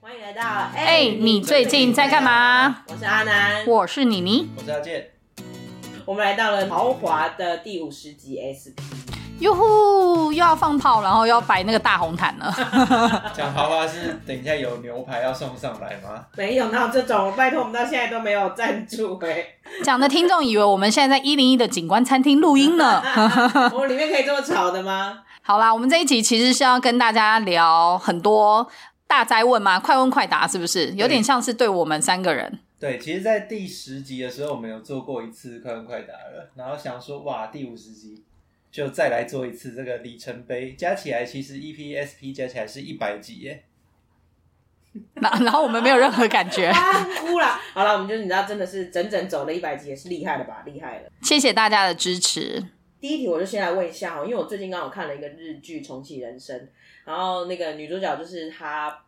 欢迎来到哎、哎、你最近在干嘛？我是阿南，我我是妮妮，我是阿健，们来到了豪华的第五十集 SP，哟呼，又要放炮，然后又要摆那个大红毯了。 讲豪华是等一下有牛排要送上来吗？没有闹这种，拜托我们到现在都没有赞助哎、讲的听众以为我们现在在一零一的景观餐厅录音呢。 我们里面可以这么吵的吗？好啦，我们这一集其实是要跟大家聊很多大灾问嘛，快问快答是不是？有点像是对我们三个人。对，其实，在第十集的时候，我们有做过一次快问快答了，然后想说，哇，第五十集就再来做一次这个里程碑，加起来其实 E EPSP 加起来是一百集耶。然然后我们没有任何感觉， 啊，哭了。好了，我们就你知道，真的是整整走了一百集，也是厉害了吧，厉害了。谢谢大家的支持。第一题我就先来问一下哦，因为我最近刚好看了一个日剧《重启人生》，然后那个女主角就是她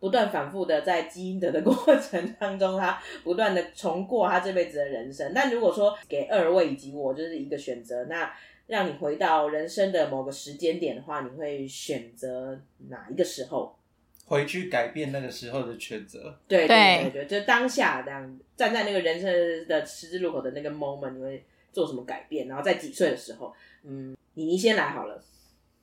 不断反复的在基因德的过程当中，她不断的重过她这辈子的人生。但如果说给二位以及我就是一个选择，那让你回到人生的某个时间点的话，你会选择哪一个时候？回去改变那个时候的抉择，对对对对对，就当下这样站在那个人生的十字路口的那个 moment，你会做什么改变？然后在几岁的时候？嗯，你你先来好了。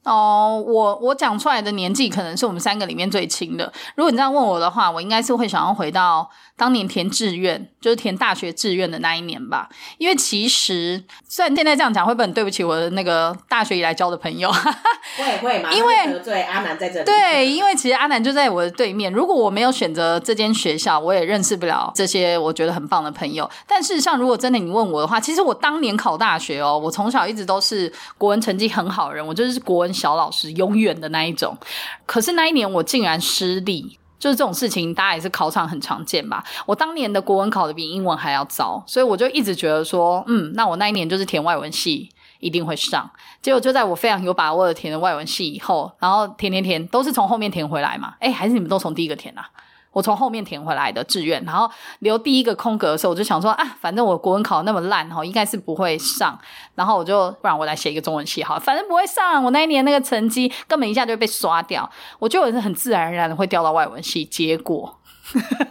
哦，我我讲出来的年纪可能是我们三个里面最轻的。如果你这样问我的话，我应该是会想要回到当年填志愿，就是填大学志愿的那一年吧。因为其实虽然现在这样讲会不会很对不起我的那个大学以来交的朋友， 会会嘛，因为得罪阿南在这里。对，因为其实阿南就在我的对面。如果我没有选择这间学校，我也认识不了这些我觉得很棒的朋友。但事实上，如果真的你问我的话，其实我当年考大学哦，我从小一直都是国文成绩很好的人，我就是国文小老师，永远的那一种。可是那一年我竟然失利。就是这种事情，大家也是考场很常见吧。我当年的国文考的比英文还要糟，所以我就一直觉得说，嗯，那我那一年就是填外文系，一定会上。结果就在我非常有把握的填了外文系以后，然后填填填都是从后面填回来嘛，哎，还是你们都从第一个填啊？我从后面填回来的志愿，然后留第一个空格的时候，我就想说啊，反正我国文考那么烂哈，应该是不会上，然后我就不然我来写一个中文系好了，反正不会上，我那一年那个成绩根本一下就被刷掉，我就很很自然而然的会掉到外文系，结果。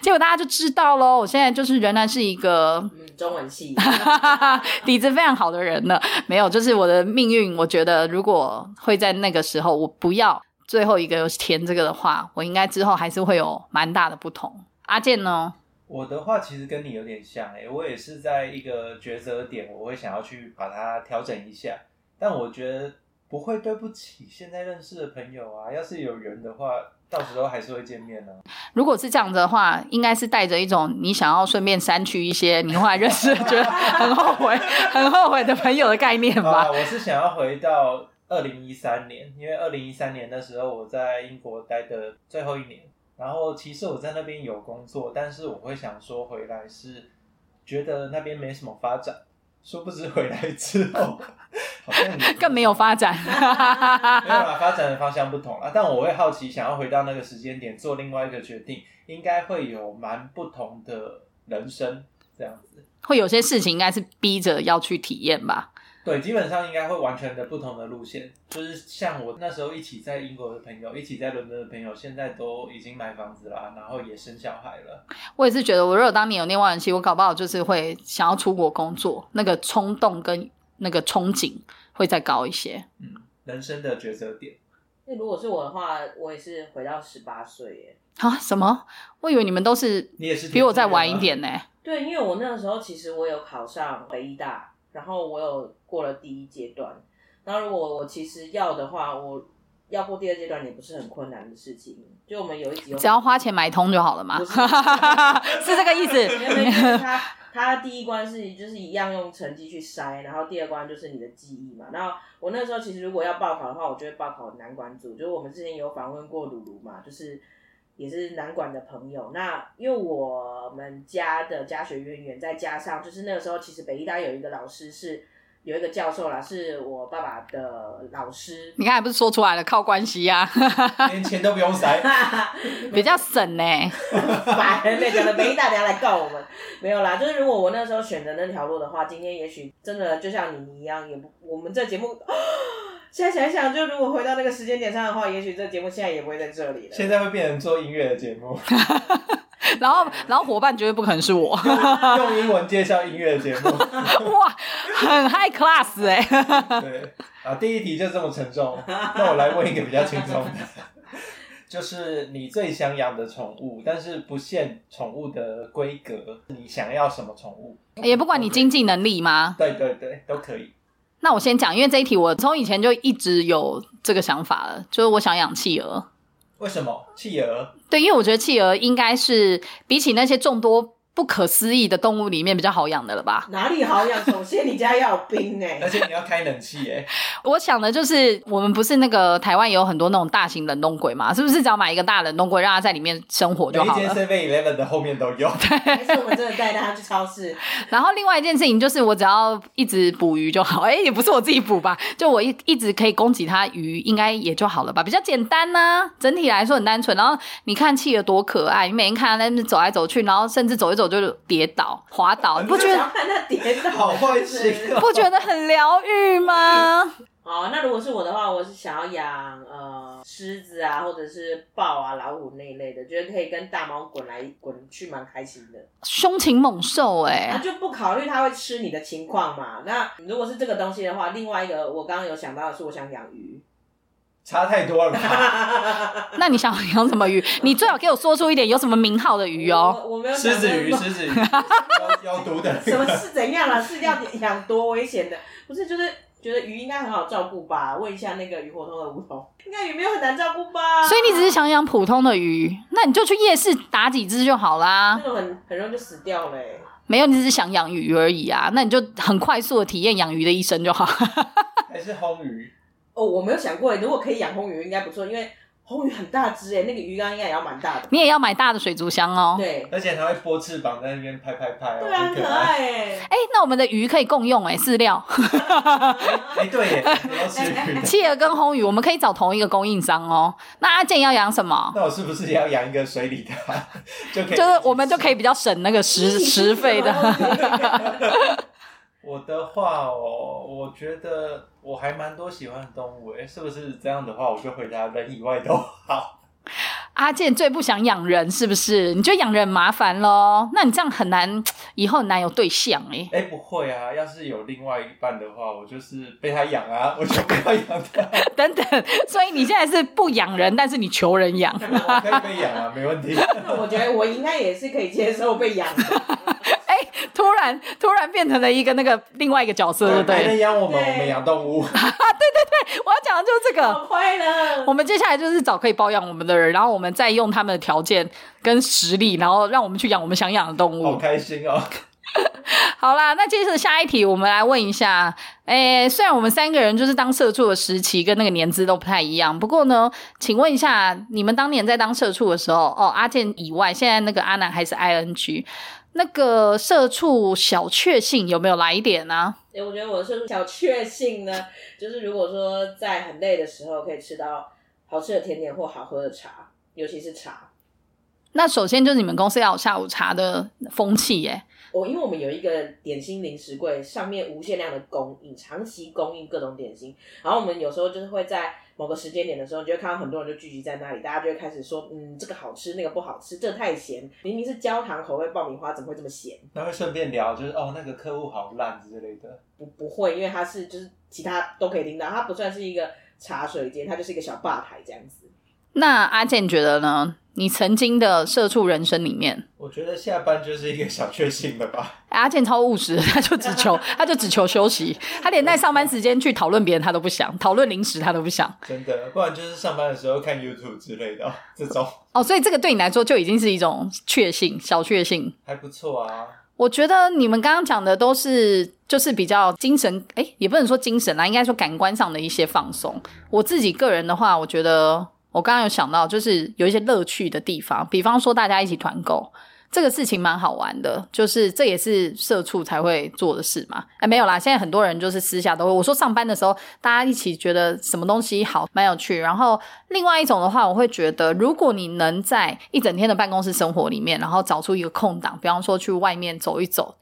结果大家就知道喽，我现在就是仍然是一个嗯，中文系 底子非常好的人了。没有，就是我的命运，我觉得如果会在那个时候，我不要最后一个填这个的话，我应该之后还是会有蛮大的不同。阿健呢？我的话其实跟你有点像诶、我也是在一个抉择点，我会想要去把它调整一下，但我觉得不会对不起现在认识的朋友啊，要是有缘的话，到时候还是会见 面啊。如果是这样子的话，应该是带着一种你想要顺便删去一些你后来认识觉得很后悔、很后悔的朋友的概念吧啊，。我是想要回到二零一三年，因为二零一三年那时候我在英国待的最后一年，然后其实我在那边有工作，但是我会想说回来是觉得那边没什么发展，殊不知回来之后 好像也更没有发展， 没有啦，发展的方向不同啦。但我会好奇，想要回到那个时间点做另外一个决定，应该会有蛮不同的人生这样子。会有些事情应该是逼着要去体验吧。对，基本上应该会完全的不同的路线，就是像我那时候一起在英国的朋友，一起在伦敦的朋友，现在都已经买房子啦，然后也生小孩了。我也是觉得，我如果当年有念外文系，我搞不好就是会想要出国工作，那个冲动跟那个憧憬会再高一些。嗯，人生的抉择点， 那如果是我的话，我也是回到十八岁耶。啊？什么？我以为你们都是你也是比我再晚一点呢、啊对，因为我那个时候其实我有考上北医大，然后我有过了第一阶段。那如果我其实要的话，我要过第二阶段也不是很困难的事情。就我们有一集有 只要花钱买通就好了嘛，不是 是这个意没有没有就思。 是他他第一关是就是一样用成绩去筛，然后第二关就是你的记忆嘛。然后我那时候其实如果要报考的话，我就会报考南管组，就是我们之前有访问过鲁鲁嘛，就是也是南管的朋友。那因为我们家的家学渊源，再加上就是那个时候其实北医大有一个老师是有一个教授啦，是我爸爸的老师。你看，还不是说出来了，靠关系 呀、啊，连钱都不用塞。比较省呢、烦，那讲的没一大家来告我们，没有啦。就是如果我那时候选择那条路的话，今天也许真的就像你一样，也不我们这节目、啊 现在想一想，就如果回到那个时间点上的话，也许这节目现在也不会在这里了。 现在会变成做音乐的节目， 然后，然后伙伴绝对不可能是我， 用英文介绍音乐的节目。哇，很 high class 哎、 对啊，第一题就这么沉重，那我来问一个比较轻松的， 就是你最想养的宠物，但是不限宠物的规格，你想要什么宠物？也不管你经济能力吗？对对对，都可以。那我先讲，因为这一题我从以前就一直有这个想法了，就是我想养企鹅。为什么？企鹅？对，因为我觉得企鹅应该是比起那些众多不可思议的动物里面比较好养的了吧。哪里好养？首先你家要有冰 哎、而且你要开冷气耶、我想的就是，我们不是那个台湾也有很多那种大型冷冻柜嘛，是不是只要买一个大冷冻柜，让它在里面生活每就一好间了？ Seven Eleven 的后面都 有。还是我们真的带他去超市？然后另外一件事情就是，我只要一直捕鱼就好。 哎，也不是我自己捕吧，就我一一直可以供给它鱼，应该也就好了吧，比较简单呐、整体来说很单纯。然后你看企鹅多可爱，你每天看它在那边走来走去，然后甚至走一走就跌倒、滑倒，你不觉想得要看他跌倒？好 坏心哦不觉得很疗愈吗？哦，那如果是我的话，我是想要养呃狮子啊，或者是豹啊、老虎那一类的，觉得可以跟大猫滚来滚去，蛮开心的。凶禽猛兽哎、啊，就不考虑它会吃你的情况嘛。那如果是这个东西的话，另外一个我刚刚有想到的是，我想养鱼。差太多了吧？那你想养什么鱼？你最好给我说出一点有什么名号的鱼哦。我我没有 狮想子那鱼，么狮子鱼，有 有毒的。 什么是怎样啊？是要养多危险的？不是，就是觉得鱼应该很好照顾吧？问一下那个鱼活通的梧桐，应该鱼没有很难照顾吧？所以你只是想养普通的鱼，那你就去夜市打几只就好啦那。种很很容易就死掉了、欸。没有，你只是想养鱼而已啊，那你就很快速的体验养鱼的一生就好。 还是烘鱼？哦，我没有想过欸，如果可以养红鱼应该不错，因为红鱼很大只哎，那个鱼缸应该也要蛮大的。你也要买大的水族箱哦。对，而且它会拨翅膀在那边拍拍拍哦，对啊，很很可可爱。爱哎。哎，那我们的鱼可以共用哎，饲料，哎，对耶，你要吃 鱼的。企鹅跟红鱼，我们可以找同一个供应商哦。那阿健要养什么？ 那我是不是也要养一个水里的啊， 就可就以？是我们就可以。比较省那个 食哦食 费的。我的话哦，我觉得我还蛮多喜欢的动物诶，是不是这样的话，我就回答人以外都 好。阿健最不想养人，是不是？你觉得养人很麻烦咯？那你这样很难，以后很难有对象哎、哎，不会啊，要是有另外一半的话，我就是被他养啊，我就不要养他， 等等，所以你现在是不养人，但是你求人养，我可以被养啊，没问题。那 我觉得我应该也是可以接受被养的。突然突然变成了一个那个另外一个角色，对不还能对？养我们，对我们养动物。我要讲的就是这个。好快乐 我。们接下来就是找可以包养我们的人，然后我们再用他们的条件跟实力，然后让我们去养我们想养的动好物。开心哦！ 好啦，那接着下一题，我们来问一下，诶、虽然我们三个人就是当社畜的时期跟那个年资都不太一样，不过呢，请问一下，你们当年在当社畜的时候，哦，阿健以外，现在那个阿南还是 ING，那个社畜小确幸有没有来一点啊呢、哎我觉得我是小确幸呢，就是如果说在很累的时候可以吃到好吃的甜点或好喝的茶，尤其是茶。那首先就是你们公司要有下午茶的风气耶、我、哦因为我们有一个点心零食柜，上面无限量的供应，长期供应各种点心。然后我们有时候就是会在某个时间点的时候，你就会看到很多人就聚集在那里，大家就会开始说，嗯，这个好吃，那个不好吃，这个太咸，明明是焦糖口味爆米花，怎么会这么咸？那会顺便聊，就是哦，那个客户好烂之类的。不不会，因为它是就是其他都可以听到，它不算是一个茶水间，它就是一个小吧台这样子。那阿健觉得呢？你曾经的社畜人生里面，我觉得下班就是一个小确幸了吧。阿健超务实，他就只求他就只求休息，他连在上班时间去讨论别人他都不想，讨论零食他都不想。真的，不然就是上班的时候看 YouTube 之类的哦这种，哦，所以这个对你来说就已经是一种确幸，小确幸。还不错啊。我觉得你们刚刚讲的都是就是比较精神，诶，也不能说精神啦，应该说感官上的一些放松。我自己个人的话，我觉得我刚刚有想到，就是有一些乐趣的地方，比方说大家一起团购。这个事情蛮好玩的，就是这也是社畜才会做的事嘛。哎，没有啦，现在很多人就是私下都会。我说上班的时候，大家一起觉得什么东西好，蛮有趣。然后另外一种的话，我会觉得，如果你能在一整天的办公室生活里面，然后找出一个空档，比方说去外面走一走，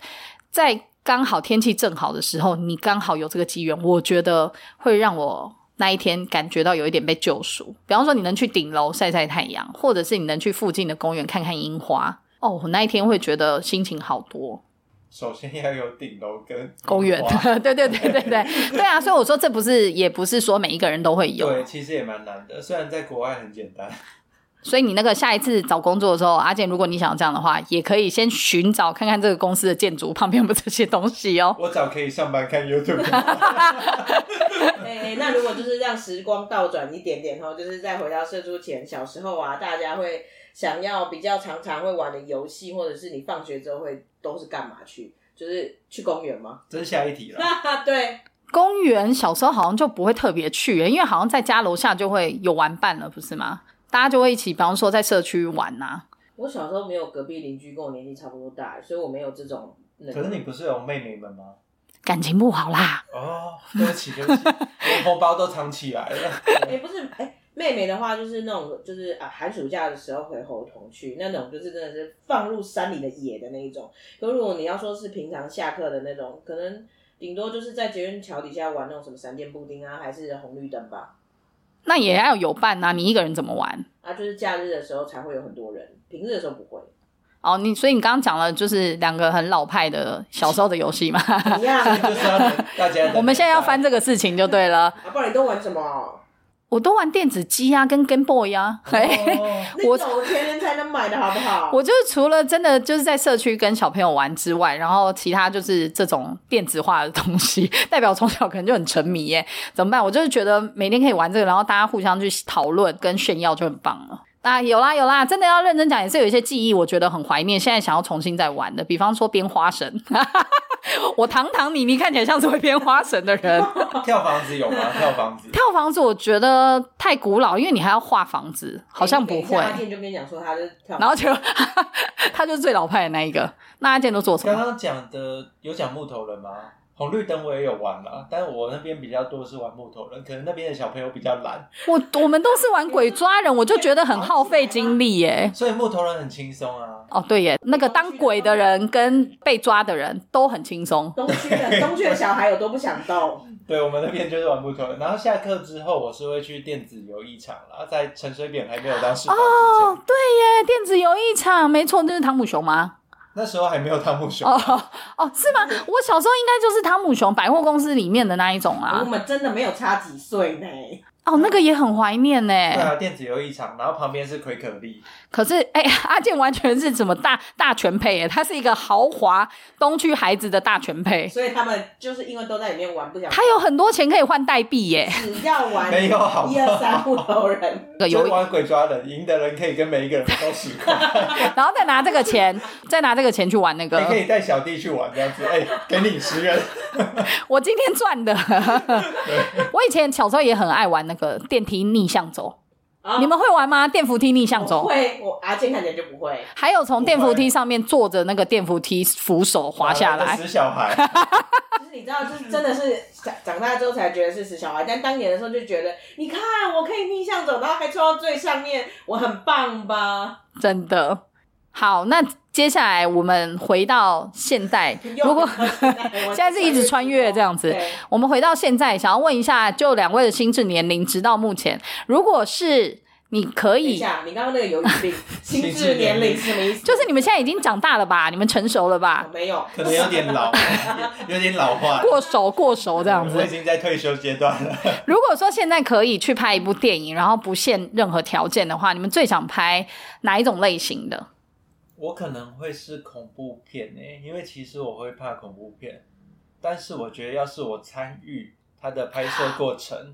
在刚好天气正好的时候，你刚好有这个机缘，我觉得会让我那一天感觉到有一点被救赎。比方说，你能去顶楼晒晒太阳，或者是你能去附近的公园看看樱花。哦，我那一天会觉得心情好多。首先要有顶楼跟公园花，对对对对对对啊！所以我说，这不是也不是说每一个人都会 有。对，其实也蛮难的。虽然在国外很简单， 所以你那个下一次找工作的时候，阿健，如果你想要这样的话，也可以先寻找看看这个公司的建筑旁边有没有这些东西哦。我早可以上班看 YouTube。 哎、那如果就是让时光倒转一点点后，就是再回到射出前小时候啊，大家会想要比较常常会玩的游戏，或者是你放学之后会都是干嘛去？就是去公园吗？这是下一题了。哈哈， 对，公园小时候好像就不会特别去耶，因为好像在家楼下就会有玩伴了，不是吗？大家就会一起，比方说在社区玩啊呐、我小时候没有隔壁邻居跟我年纪差不多大，所以我没有这种那可个。是你不是有妹妹们吗？感情不好啦。哦，对不起，对不起，连红包都藏起来了。 哎、不是，哎、妹妹的话就是那种，就是啊，寒暑假的时候回猴童去那种，就是真的是放入山里的野的那一种。可如果你要说是平常下课的那种，可能顶多就是在捷运桥底下玩那种什么闪电布丁啊，还是红绿灯吧。那也要有伴呐、你一个人怎么玩？啊，就是假日的时候才会有很多人，平日的时候不 会。哦，你所以你刚刚讲了，就是两个很老派的小时候的游戏嘛。一样啊这 就是要等大家等 我们现在要翻这个事情就对了。啊，不然你都玩什么？ 我都玩电子机啊，跟 Game Boy 啊。哦那种天天才能买的好不好？我就是除了真的就是在社区跟小朋友玩之外，然后其他就是这种电子化的东西， 代表从小可能就很沉迷耶。怎么办？我就是觉得每天可以玩这个，然后大家互相去讨论跟炫耀就很棒了。啊，有啦有啦，真的要认真讲，也是有一些记忆，我觉得很怀念，现在想要重新再玩的，比方说编花绳。 我堂堂你，你看起来像是会编花绳的人。哦跳房子有吗？跳房子跳房子我觉得太古老，因为你还要画房子，好像不等一下会。阿健就跟你讲说他就是跳，然后就 他就是最老派的那一个。那阿健都做什 刚么？刚讲的有讲木头人吗？红绿灯我也有玩啦，但我那边比较多是玩木头人，可能那边的小朋友比较懒，我我们都是玩鬼抓人，我就觉得很耗费精力耶。所以木头人很轻松啊。哦，对耶，那个当鬼的人跟被抓的人都很轻松。东区的东区的小孩有多不想动？对，我们那边就是玩木头人。然后下课之后，我是会去电子游艺场啦，在陈水扁还没有当市长之前，哦，对耶，电子游艺场，没错，那是汤姆熊吗？那时候还没有汤姆熊。哦 哦，是吗？我小时候应该就是汤姆熊百货公司里面的那一种我啊。们真的没有差几岁呢。哦，那个也很怀念呢。对啊，电子游艺场，然后旁边是奎可力，可是，哎、 阿健完全是怎么大大全配耶？他是一个豪华东区孩子的大全配。所以他们就是因为都在里面玩，不想哎他有哎很多钱可以换代币耶。只要玩没有好不好一二三木头人， 这个所有，以玩鬼抓人，赢的人可以跟每一个人收十块， 然后再拿这个钱，再拿这个钱去玩那你可个。以带小弟去玩这样子，哎、给你十元，我今天赚的。 我以前小时候也很爱玩那个电梯逆向走，啊你们会玩吗？电扶梯逆向我走，会，我阿健看起来就不会。还有从电扶梯上面坐着那个电扶梯扶手滑下来。死呃小孩，就是你知道，就是真的是长长大之后才觉得是死小孩，但当年的时候就觉得，你看我可以逆向走，然后还冲到最上面，我很棒吧？真的。好，那接下来我们回到现代，又 如果我现在是一直穿越这样子，对我们回到现在，想要问一下，就两位的心智年龄，直到目前，如果是你可等一以，下，你刚刚那个有语病，心智年龄是什么意思？就是你啊们现在已经长大了吧？你们成熟了我吧？没有，可能有点 老，有点老化，过熟过熟这样我子已。经在退休阶段了。如果说现在可以去拍一部电影，然后不限任何条件的话，你们最想拍哪一种类型的？我可能会是恐怖片诶、因为其实我会怕恐怖片，但是我觉得要是我参与它的拍摄过程，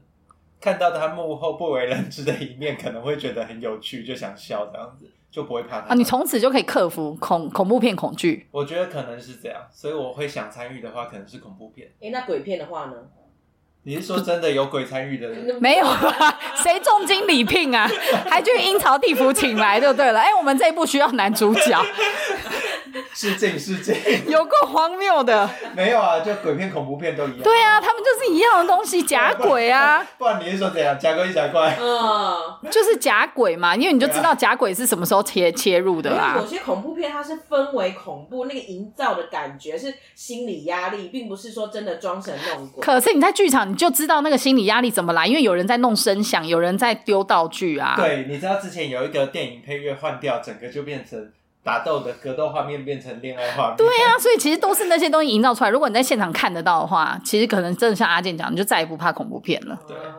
看到它幕后不为人知的一面，可能会觉得很有趣，就想笑这样子，就不会怕它。啊，你从此就可以克服恐恐怖片恐惧。我觉得可能是这样，所以我会想参与的话，可能是恐怖片。哎，那鬼片的话呢？你是说真的有鬼参与的人？没有啊，谁重金礼聘啊？还去阴曹地府请来就对了。哎、我们这一部需要男主角，是进是进， 有够荒谬的。没有啊，就鬼片、恐怖片都一样。对啊，他们就是一样的东西，假鬼啊，不然你是说怎样？假鬼假怪？嗯， 就是假鬼嘛，因为你就知道假鬼是什么时候切切入的因为啦有。些恐怖片它是氛围恐怖，那个营造的感觉是心理压力，并不是说真的装神弄鬼。可是你在剧场，你就知道那个心理压力怎么来，因为有人在弄声响，有人在丢道具啊。对，你知道之前有一个电影配乐换掉，整个就变成打斗的格斗画面变成恋爱画面。对啊，所以其实都是那些东西营造出来。如果你在现场看得到的话，其实可能真的像阿健讲，你就再也不怕恐怖片了。对嗯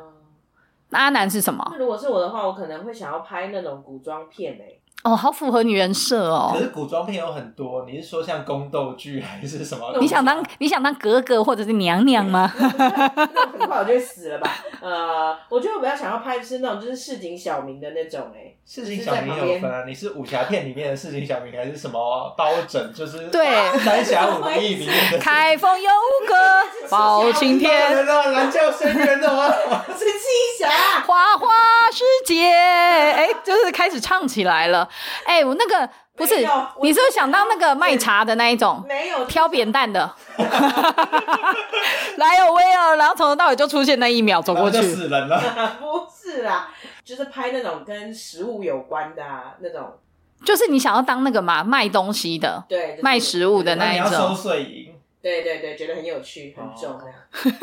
那阿南是什么？那如果是我的话，我可能会想要拍那种古装片欸诶、哦，好符合你人设 哦可。是古装片有很多，你是说像宫斗剧还是什么？你想当你想当格格或者是娘娘 吗？那很快我就会死了吧？呃，我觉得我比较想要拍的是那种就是市井小民的那种欸诶、事情小明也有分啊，你是武侠片里面的事情小明，还是什么包拯？就是对三侠五义里面 的。开封有个包青天，人啊，蓝教深渊的吗？是七侠。花花世界。哎，就是开始唱起来了。哎，我那个不是没有，我你是不是想当那个卖茶的那一种？没有挑扁担的， 来哦威尔，然后从头到尾就出现那一秒走过我去啊就，死人了。不是啦，就是拍那种跟食物有关的、啊、那种，就是你想要当那个嘛卖东西的、对，就是卖食物的那那你一要收种。税银，对对对，觉得很有趣，很重要。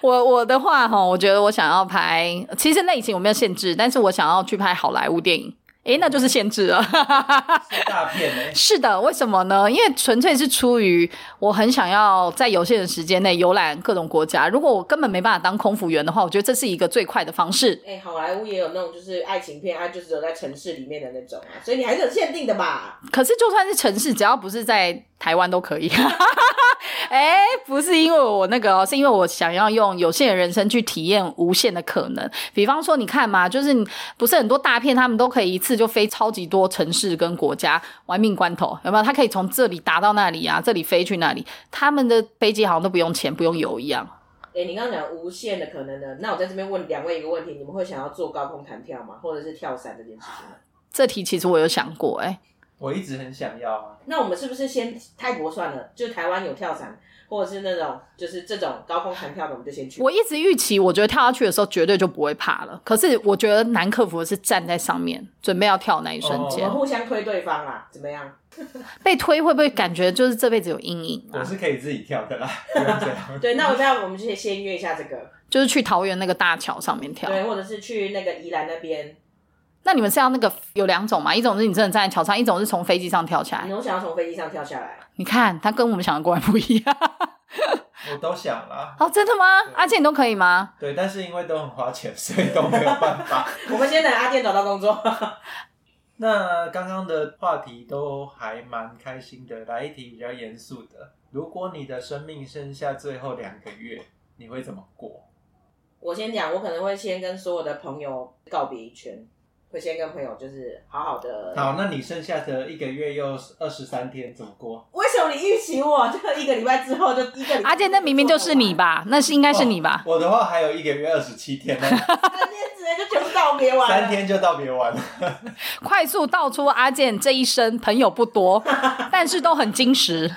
我我的话哈，我觉得我想要拍，其实类型我没有限制，但是我想要去拍好莱坞电影。诶，那就是限制了。是大片欸呢、是的，为什么呢？因为纯粹是出于我很想要在有限的时间内游览各种国家。如果我根本没办法当空服员的话，我觉得这是一个最快的方式。哎、好莱坞也有那种就是爱情片，它、就是只有在城市里面的那种啊，所以你还是有限定的吧？可是就算是城市，只要不是在台湾都可以。 哎、不是因为我那个、哦，是因为我想要用有限的人生去体验无限的可能。比方说，你看嘛，就是你不是很多大片，他们都可以一次就飞超级多城市跟国家，玩命关头有没有？他可以从这里打到那里啊，这里飞去那里，他们的飞机好像都不用钱，不用油一样。哎、你刚刚讲无限的可能呢，那我在这边问两位一个问题：你们会想要做高空弹跳吗？或者是跳伞这件事情吗？这题其实我有想过、哎，我一直很想要啊。那我们是不是先泰国算了？就台湾有跳伞，或者是那种就是这种高空弹跳的，我们就先去。我一直预期，我觉得跳下去的时候绝对就不会怕了。可是我觉得难克服的是站在上面准备要跳那一瞬我间，们互相推对方啦，怎么样？被推会不会感觉就是这辈子有阴影我啊？是可以自己跳的啦，不用这样。对，那我这样我们就先约一下这个，就是去桃园那个大桥上面跳。对，或者是去那个宜兰那边。那你们是要那个有两种嘛？一种是你真的站在桥上，一种是从飞机上跳下来。我想要从飞机上跳下 来，你看，它跟我们想的果然不一样。 我都想啦，哦，真的吗对？阿健你都可以吗？对，但是因为都很花钱， 所以都没有办法。我们先等阿健找到工作。那刚刚的话题都还蛮开心的，来一题比较严肃的。如果你的生命剩下最后两个月，你会怎么过？我先讲，我可能会先跟所有的朋友告别一圈，会先跟朋友就是好好的。好，那你剩下的一个月又二十三天，怎么过？为什么你预期我就一个礼拜之后就一个礼拜？阿健，那明明就是你？吧？那是应该是你吧？我的话还有一个月二十七天呢，三天之内就全部告别完了。三天就道别完了。快速道出阿健这一生朋友不多，但是都很矜持。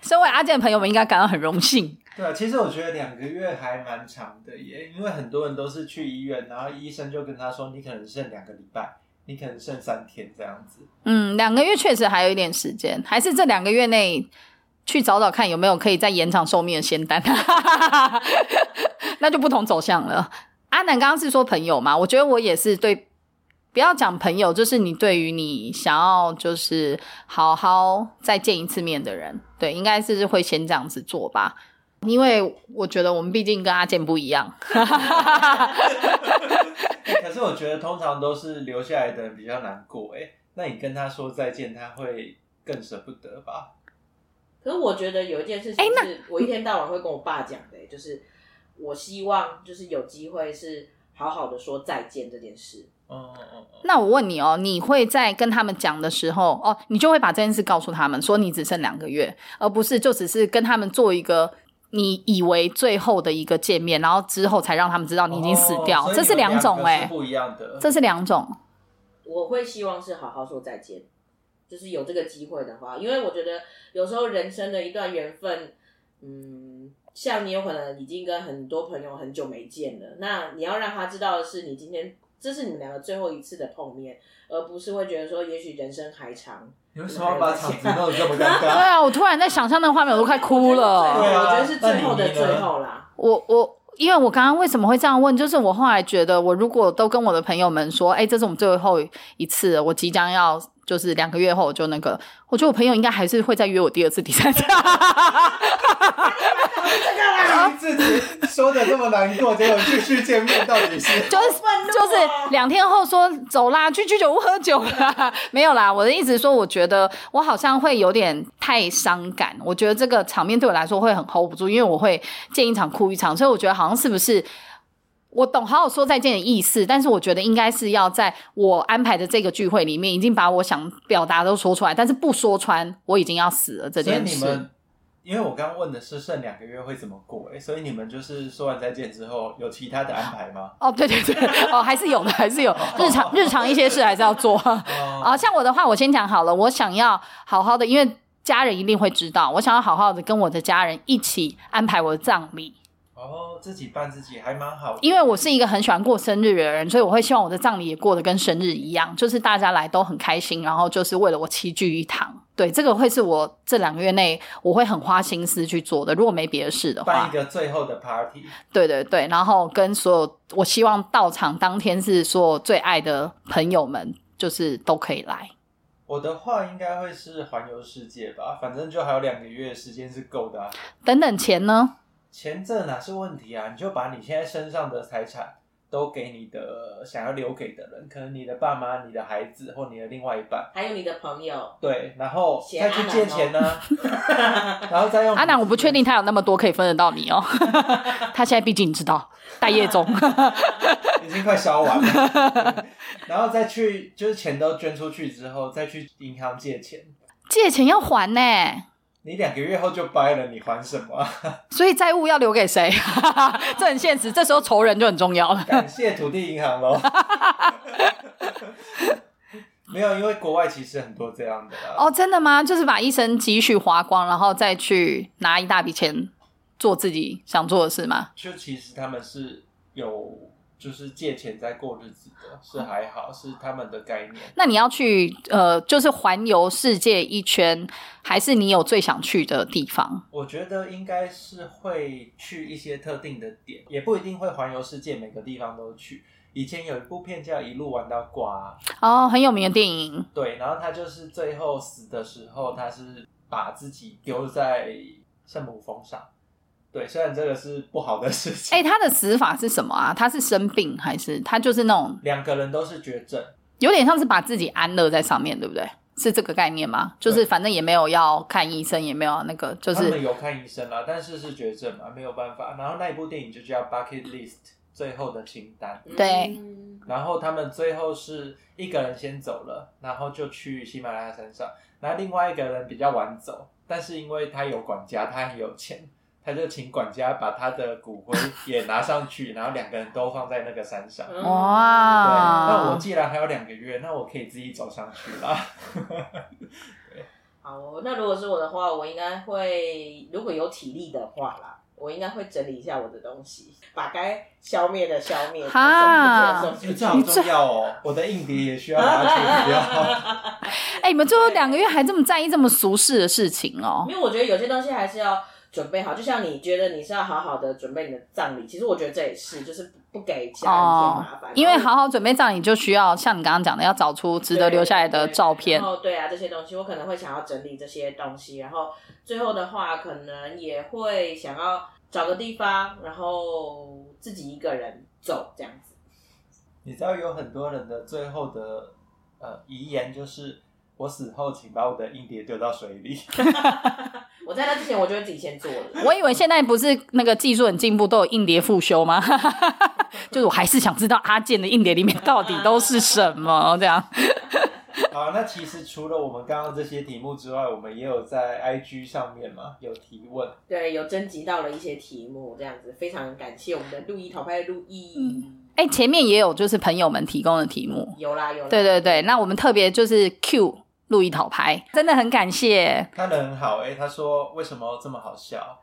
身为阿健的朋友们应该感到很荣幸。对啊，其实我觉得两个月还蛮长的耶，因为很多人都是去医院，然后医生就跟他说，你可能剩两个礼拜，你可能剩三天这样子。嗯，两个月确实还有一点时间，还是这两个月内去找找看有没有可以再延长寿命的仙丹， 那就不同走向了。阿南刚刚是说朋友嘛，我觉得我也是对，不要讲朋友，就是你对于你想要就是好好再见一次面的人，对，应该是会先这样子做吧。因为我觉得我们毕竟跟阿健不一样，欸 可是我觉得通常都是留下来的人比较难过哎，那你跟他说再见，他会更舍不得吧？可是我觉得有一件事哎情那是我一天到晚会跟我爸讲的、欸就是我希望就是有机会是好好的说再见这件事。嗯嗯嗯，那我问哦你哦，你会在跟他们讲的时候，哦，你就会把这件事告诉他们，说你只剩两个月，而不是就只是跟他们做一个你以为最后的一个见面，然后之后才让他们知道你已经死掉，哦所以这是你们两种个哎、是不一样的。这是两种。我会希望是好好说再见，就是有这个机会的话，因为我觉得有时候人生的一段缘分，嗯，像你有可能已经跟很多朋友很久没见了，那你要让他知道的是，你今天这是你们两个最后一次的碰面，而不是会觉得说，也许人生还长。你为什么要把场子弄得这么尴对尬？啊，我突然在想象那个画哎面，我都快哭了。对啊我觉得是最后那的你呢最后啦。我我。因为我刚刚为什么会这样问，就是我后来觉得，我如果都跟我的朋友们说，哎，这是我们最后一次了，我即将要就是两个月后我就那个，我觉得我朋友应该还是会再约我第二次、第三次。 你自己说的这么难过，结果继续见面，到底是？ 就是就是两天后说走啦，去居酒屋喝酒啦，没有啦。我的意思是说，我觉得我好像会有点太伤感，我觉得这个场面对我来说会很 hold 不住，因为我会见一场哭一场，所以我觉得好像是不是？我懂好好说再见的意思，但是我觉得应该是要在我安排的这个聚会里面，已经把我想表达都说出来，但是不说穿，我已经要死了这所以件你事。们，因为我刚刚问的是剩两个月会怎么过、哎，所以你们就是说完再见之后有其他的安排吗？哦，对对对，哦，还是有的，还是有日常日常一些事还是要做。哦，啊，像我的话，我先讲好了，我想要好好的，因为家人一定会知道，我想要好好的跟我的家人一起安排我的葬礼，哦，自己办自己还蛮好的，因为我是一个很喜欢过生日的人，所以我会希望我的葬礼也过得跟生日一样，就是大家来都很开心，然后就是为了我齐聚一堂。对，这个会是我这两个月内我会很花心思去做的，如果没别的事的办话一。个最后的 party，对对对，然后跟所有，我希望到场当天是所有最爱的朋友们，就是都可以来。我的话应该会是环游世界吧，反正就还有两个月的时间是够的啊。等等钱呢？钱这哪是问题啊？你就把你现在身上的财产都给你的想要留给的人，可能你的爸妈、你的孩子或你的另外一半，还有你的朋友，对，然后写再去借钱呢、然后 再用阿南，我不确定他有啊那么多可以分得到你哦。 他现在毕竟你知道待业 中，已经快烧完了，然后再去就是钱都捐出去之后，再去银行借钱。借钱要还呢，你两个月后就掰了，你还什么啊？所以债务要留给谁？ 这很现实，这时候仇人就很重要了。 感谢土地银行喽。没有，因为国外其实很多这样的啦。哦，真的吗？就是把一生积蓄花光，然后再去拿一大笔钱做自己想做的事吗？就其实他们是有就是借钱在过日子的，是还好，是他们的概念。那你要去呃，就是环游世界一圈，还是你有最想去的地方？我觉得应该是会去一些特定的点，也不一定会环游世界，每个地方都去。以前有一部片叫《一路玩到瓜哦，很有名的电影》，对，然后他就是最后死的时候，他是把自己丢在圣母峰上。对，虽然这个是不好的事情。哎、他的死法是什么啊？他是生病还是他就是那种两个人都是绝症，有点像是把自己安乐在上面，对不对？是这个概念吗？就是对反正也没有要看医生，也没有那个，就他们是有看医生啦，但是是绝症嘛，没有办法。然后那一部电影就叫《Bucket List》最后的清单，对嗯然后他们最后是一个人先走了，然后就去喜马拉雅山上，然后另外一个人比较晚走，但是因为他有管家，他很有钱，他就请管家把他的骨灰也拿上 去，然后两个人都放在那个山上。嗯对，哇那我既然还有两个月，那我可以自己走上去啦。好哦，那如果是我的话，我应该会，如果有体力的话啦，我应该会整理一下我的东西，把该消灭的消灭，哈送出去的这送好出去。重要哦，我的硬碟也需要拿去掉。哎、你们最后两个月还这么在意这么俗世的事情哦因？为我觉得有些东西还是要准备好，就像你觉得你是要好好的准备你的葬礼，其实我觉得这也是，就是不给家人添麻烦，哦因为好好准备葬礼，就需要像你刚刚讲的，要找出值得留下来的照片然。后对啊，这些东西我可能会想要整理这些东西，然后最后的话，可能也会想要找个地方，然后自己一个人走这样子。你知道有很多人的最后的呃遗言就是我死后请把我的硬碟丢到水里。 我在那之前，我就会自己先做了。我以为现在不是那个技术很进步，都有硬碟复修吗？ 就是我还是想知道阿健的硬碟里面到底都是什么 这样。好，那其实除了我们刚刚这些题目之外，我们也有在 IG 上面嘛有提问。对，有征集到了一些题目，这样子非常感谢我们的陆毅淘拍的陆毅、哎、前面也有就是朋友们提供的题目，有啦有啦。对对对，那我们特别就是 Q 路易讨拍，真的很感谢。看的很好哎、他说为什么这么好笑？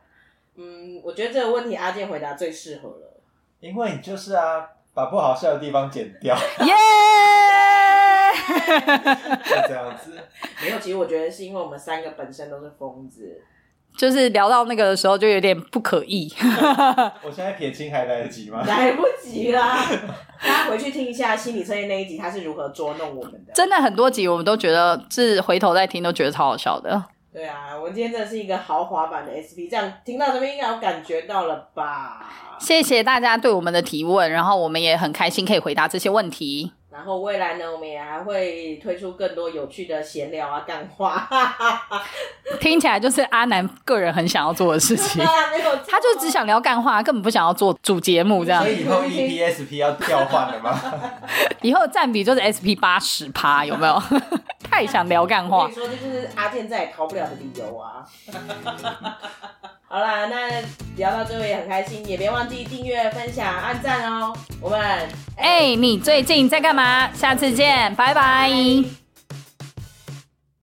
嗯，我觉得这个问题阿健回答最适合了。因为你就是啊，把不好笑的地方剪掉， 耶、就这样子。没有，其实我觉得是因为我们三个本身都是疯子，就是聊到那个的时候，就有点不可意。我现在撇清还来得 及 吗？来不及啦！大家回去听一下心理测验那一集，他是如何捉弄我们的。真的很多集我们都觉得，是回头再听都觉得超好笑的。对啊，我们今天真的是一个豪华版的 SP，这样听到这边应该有感觉到了吧？谢谢大家对我们的提问，然后我们也很开心可以回答这些问题。然后未来呢，我们也还会推出更多有趣的闲聊啊、干话，听起来就是阿南个人很想要做的 事情，没有， 他就只想聊干话，根本不想要做主节目这样所。以以后 E EPSP 要调换了吗？以后占比就是 SP 八十趴，有没有？ 太想聊干我 话跟你。说，这就是阿健再也逃不了的理由啊！ 好啦，那聊到这里也很开心，也别忘记订阅、分享、按赞哦。我们哎哎、你最近在干嘛？下次见，拜拜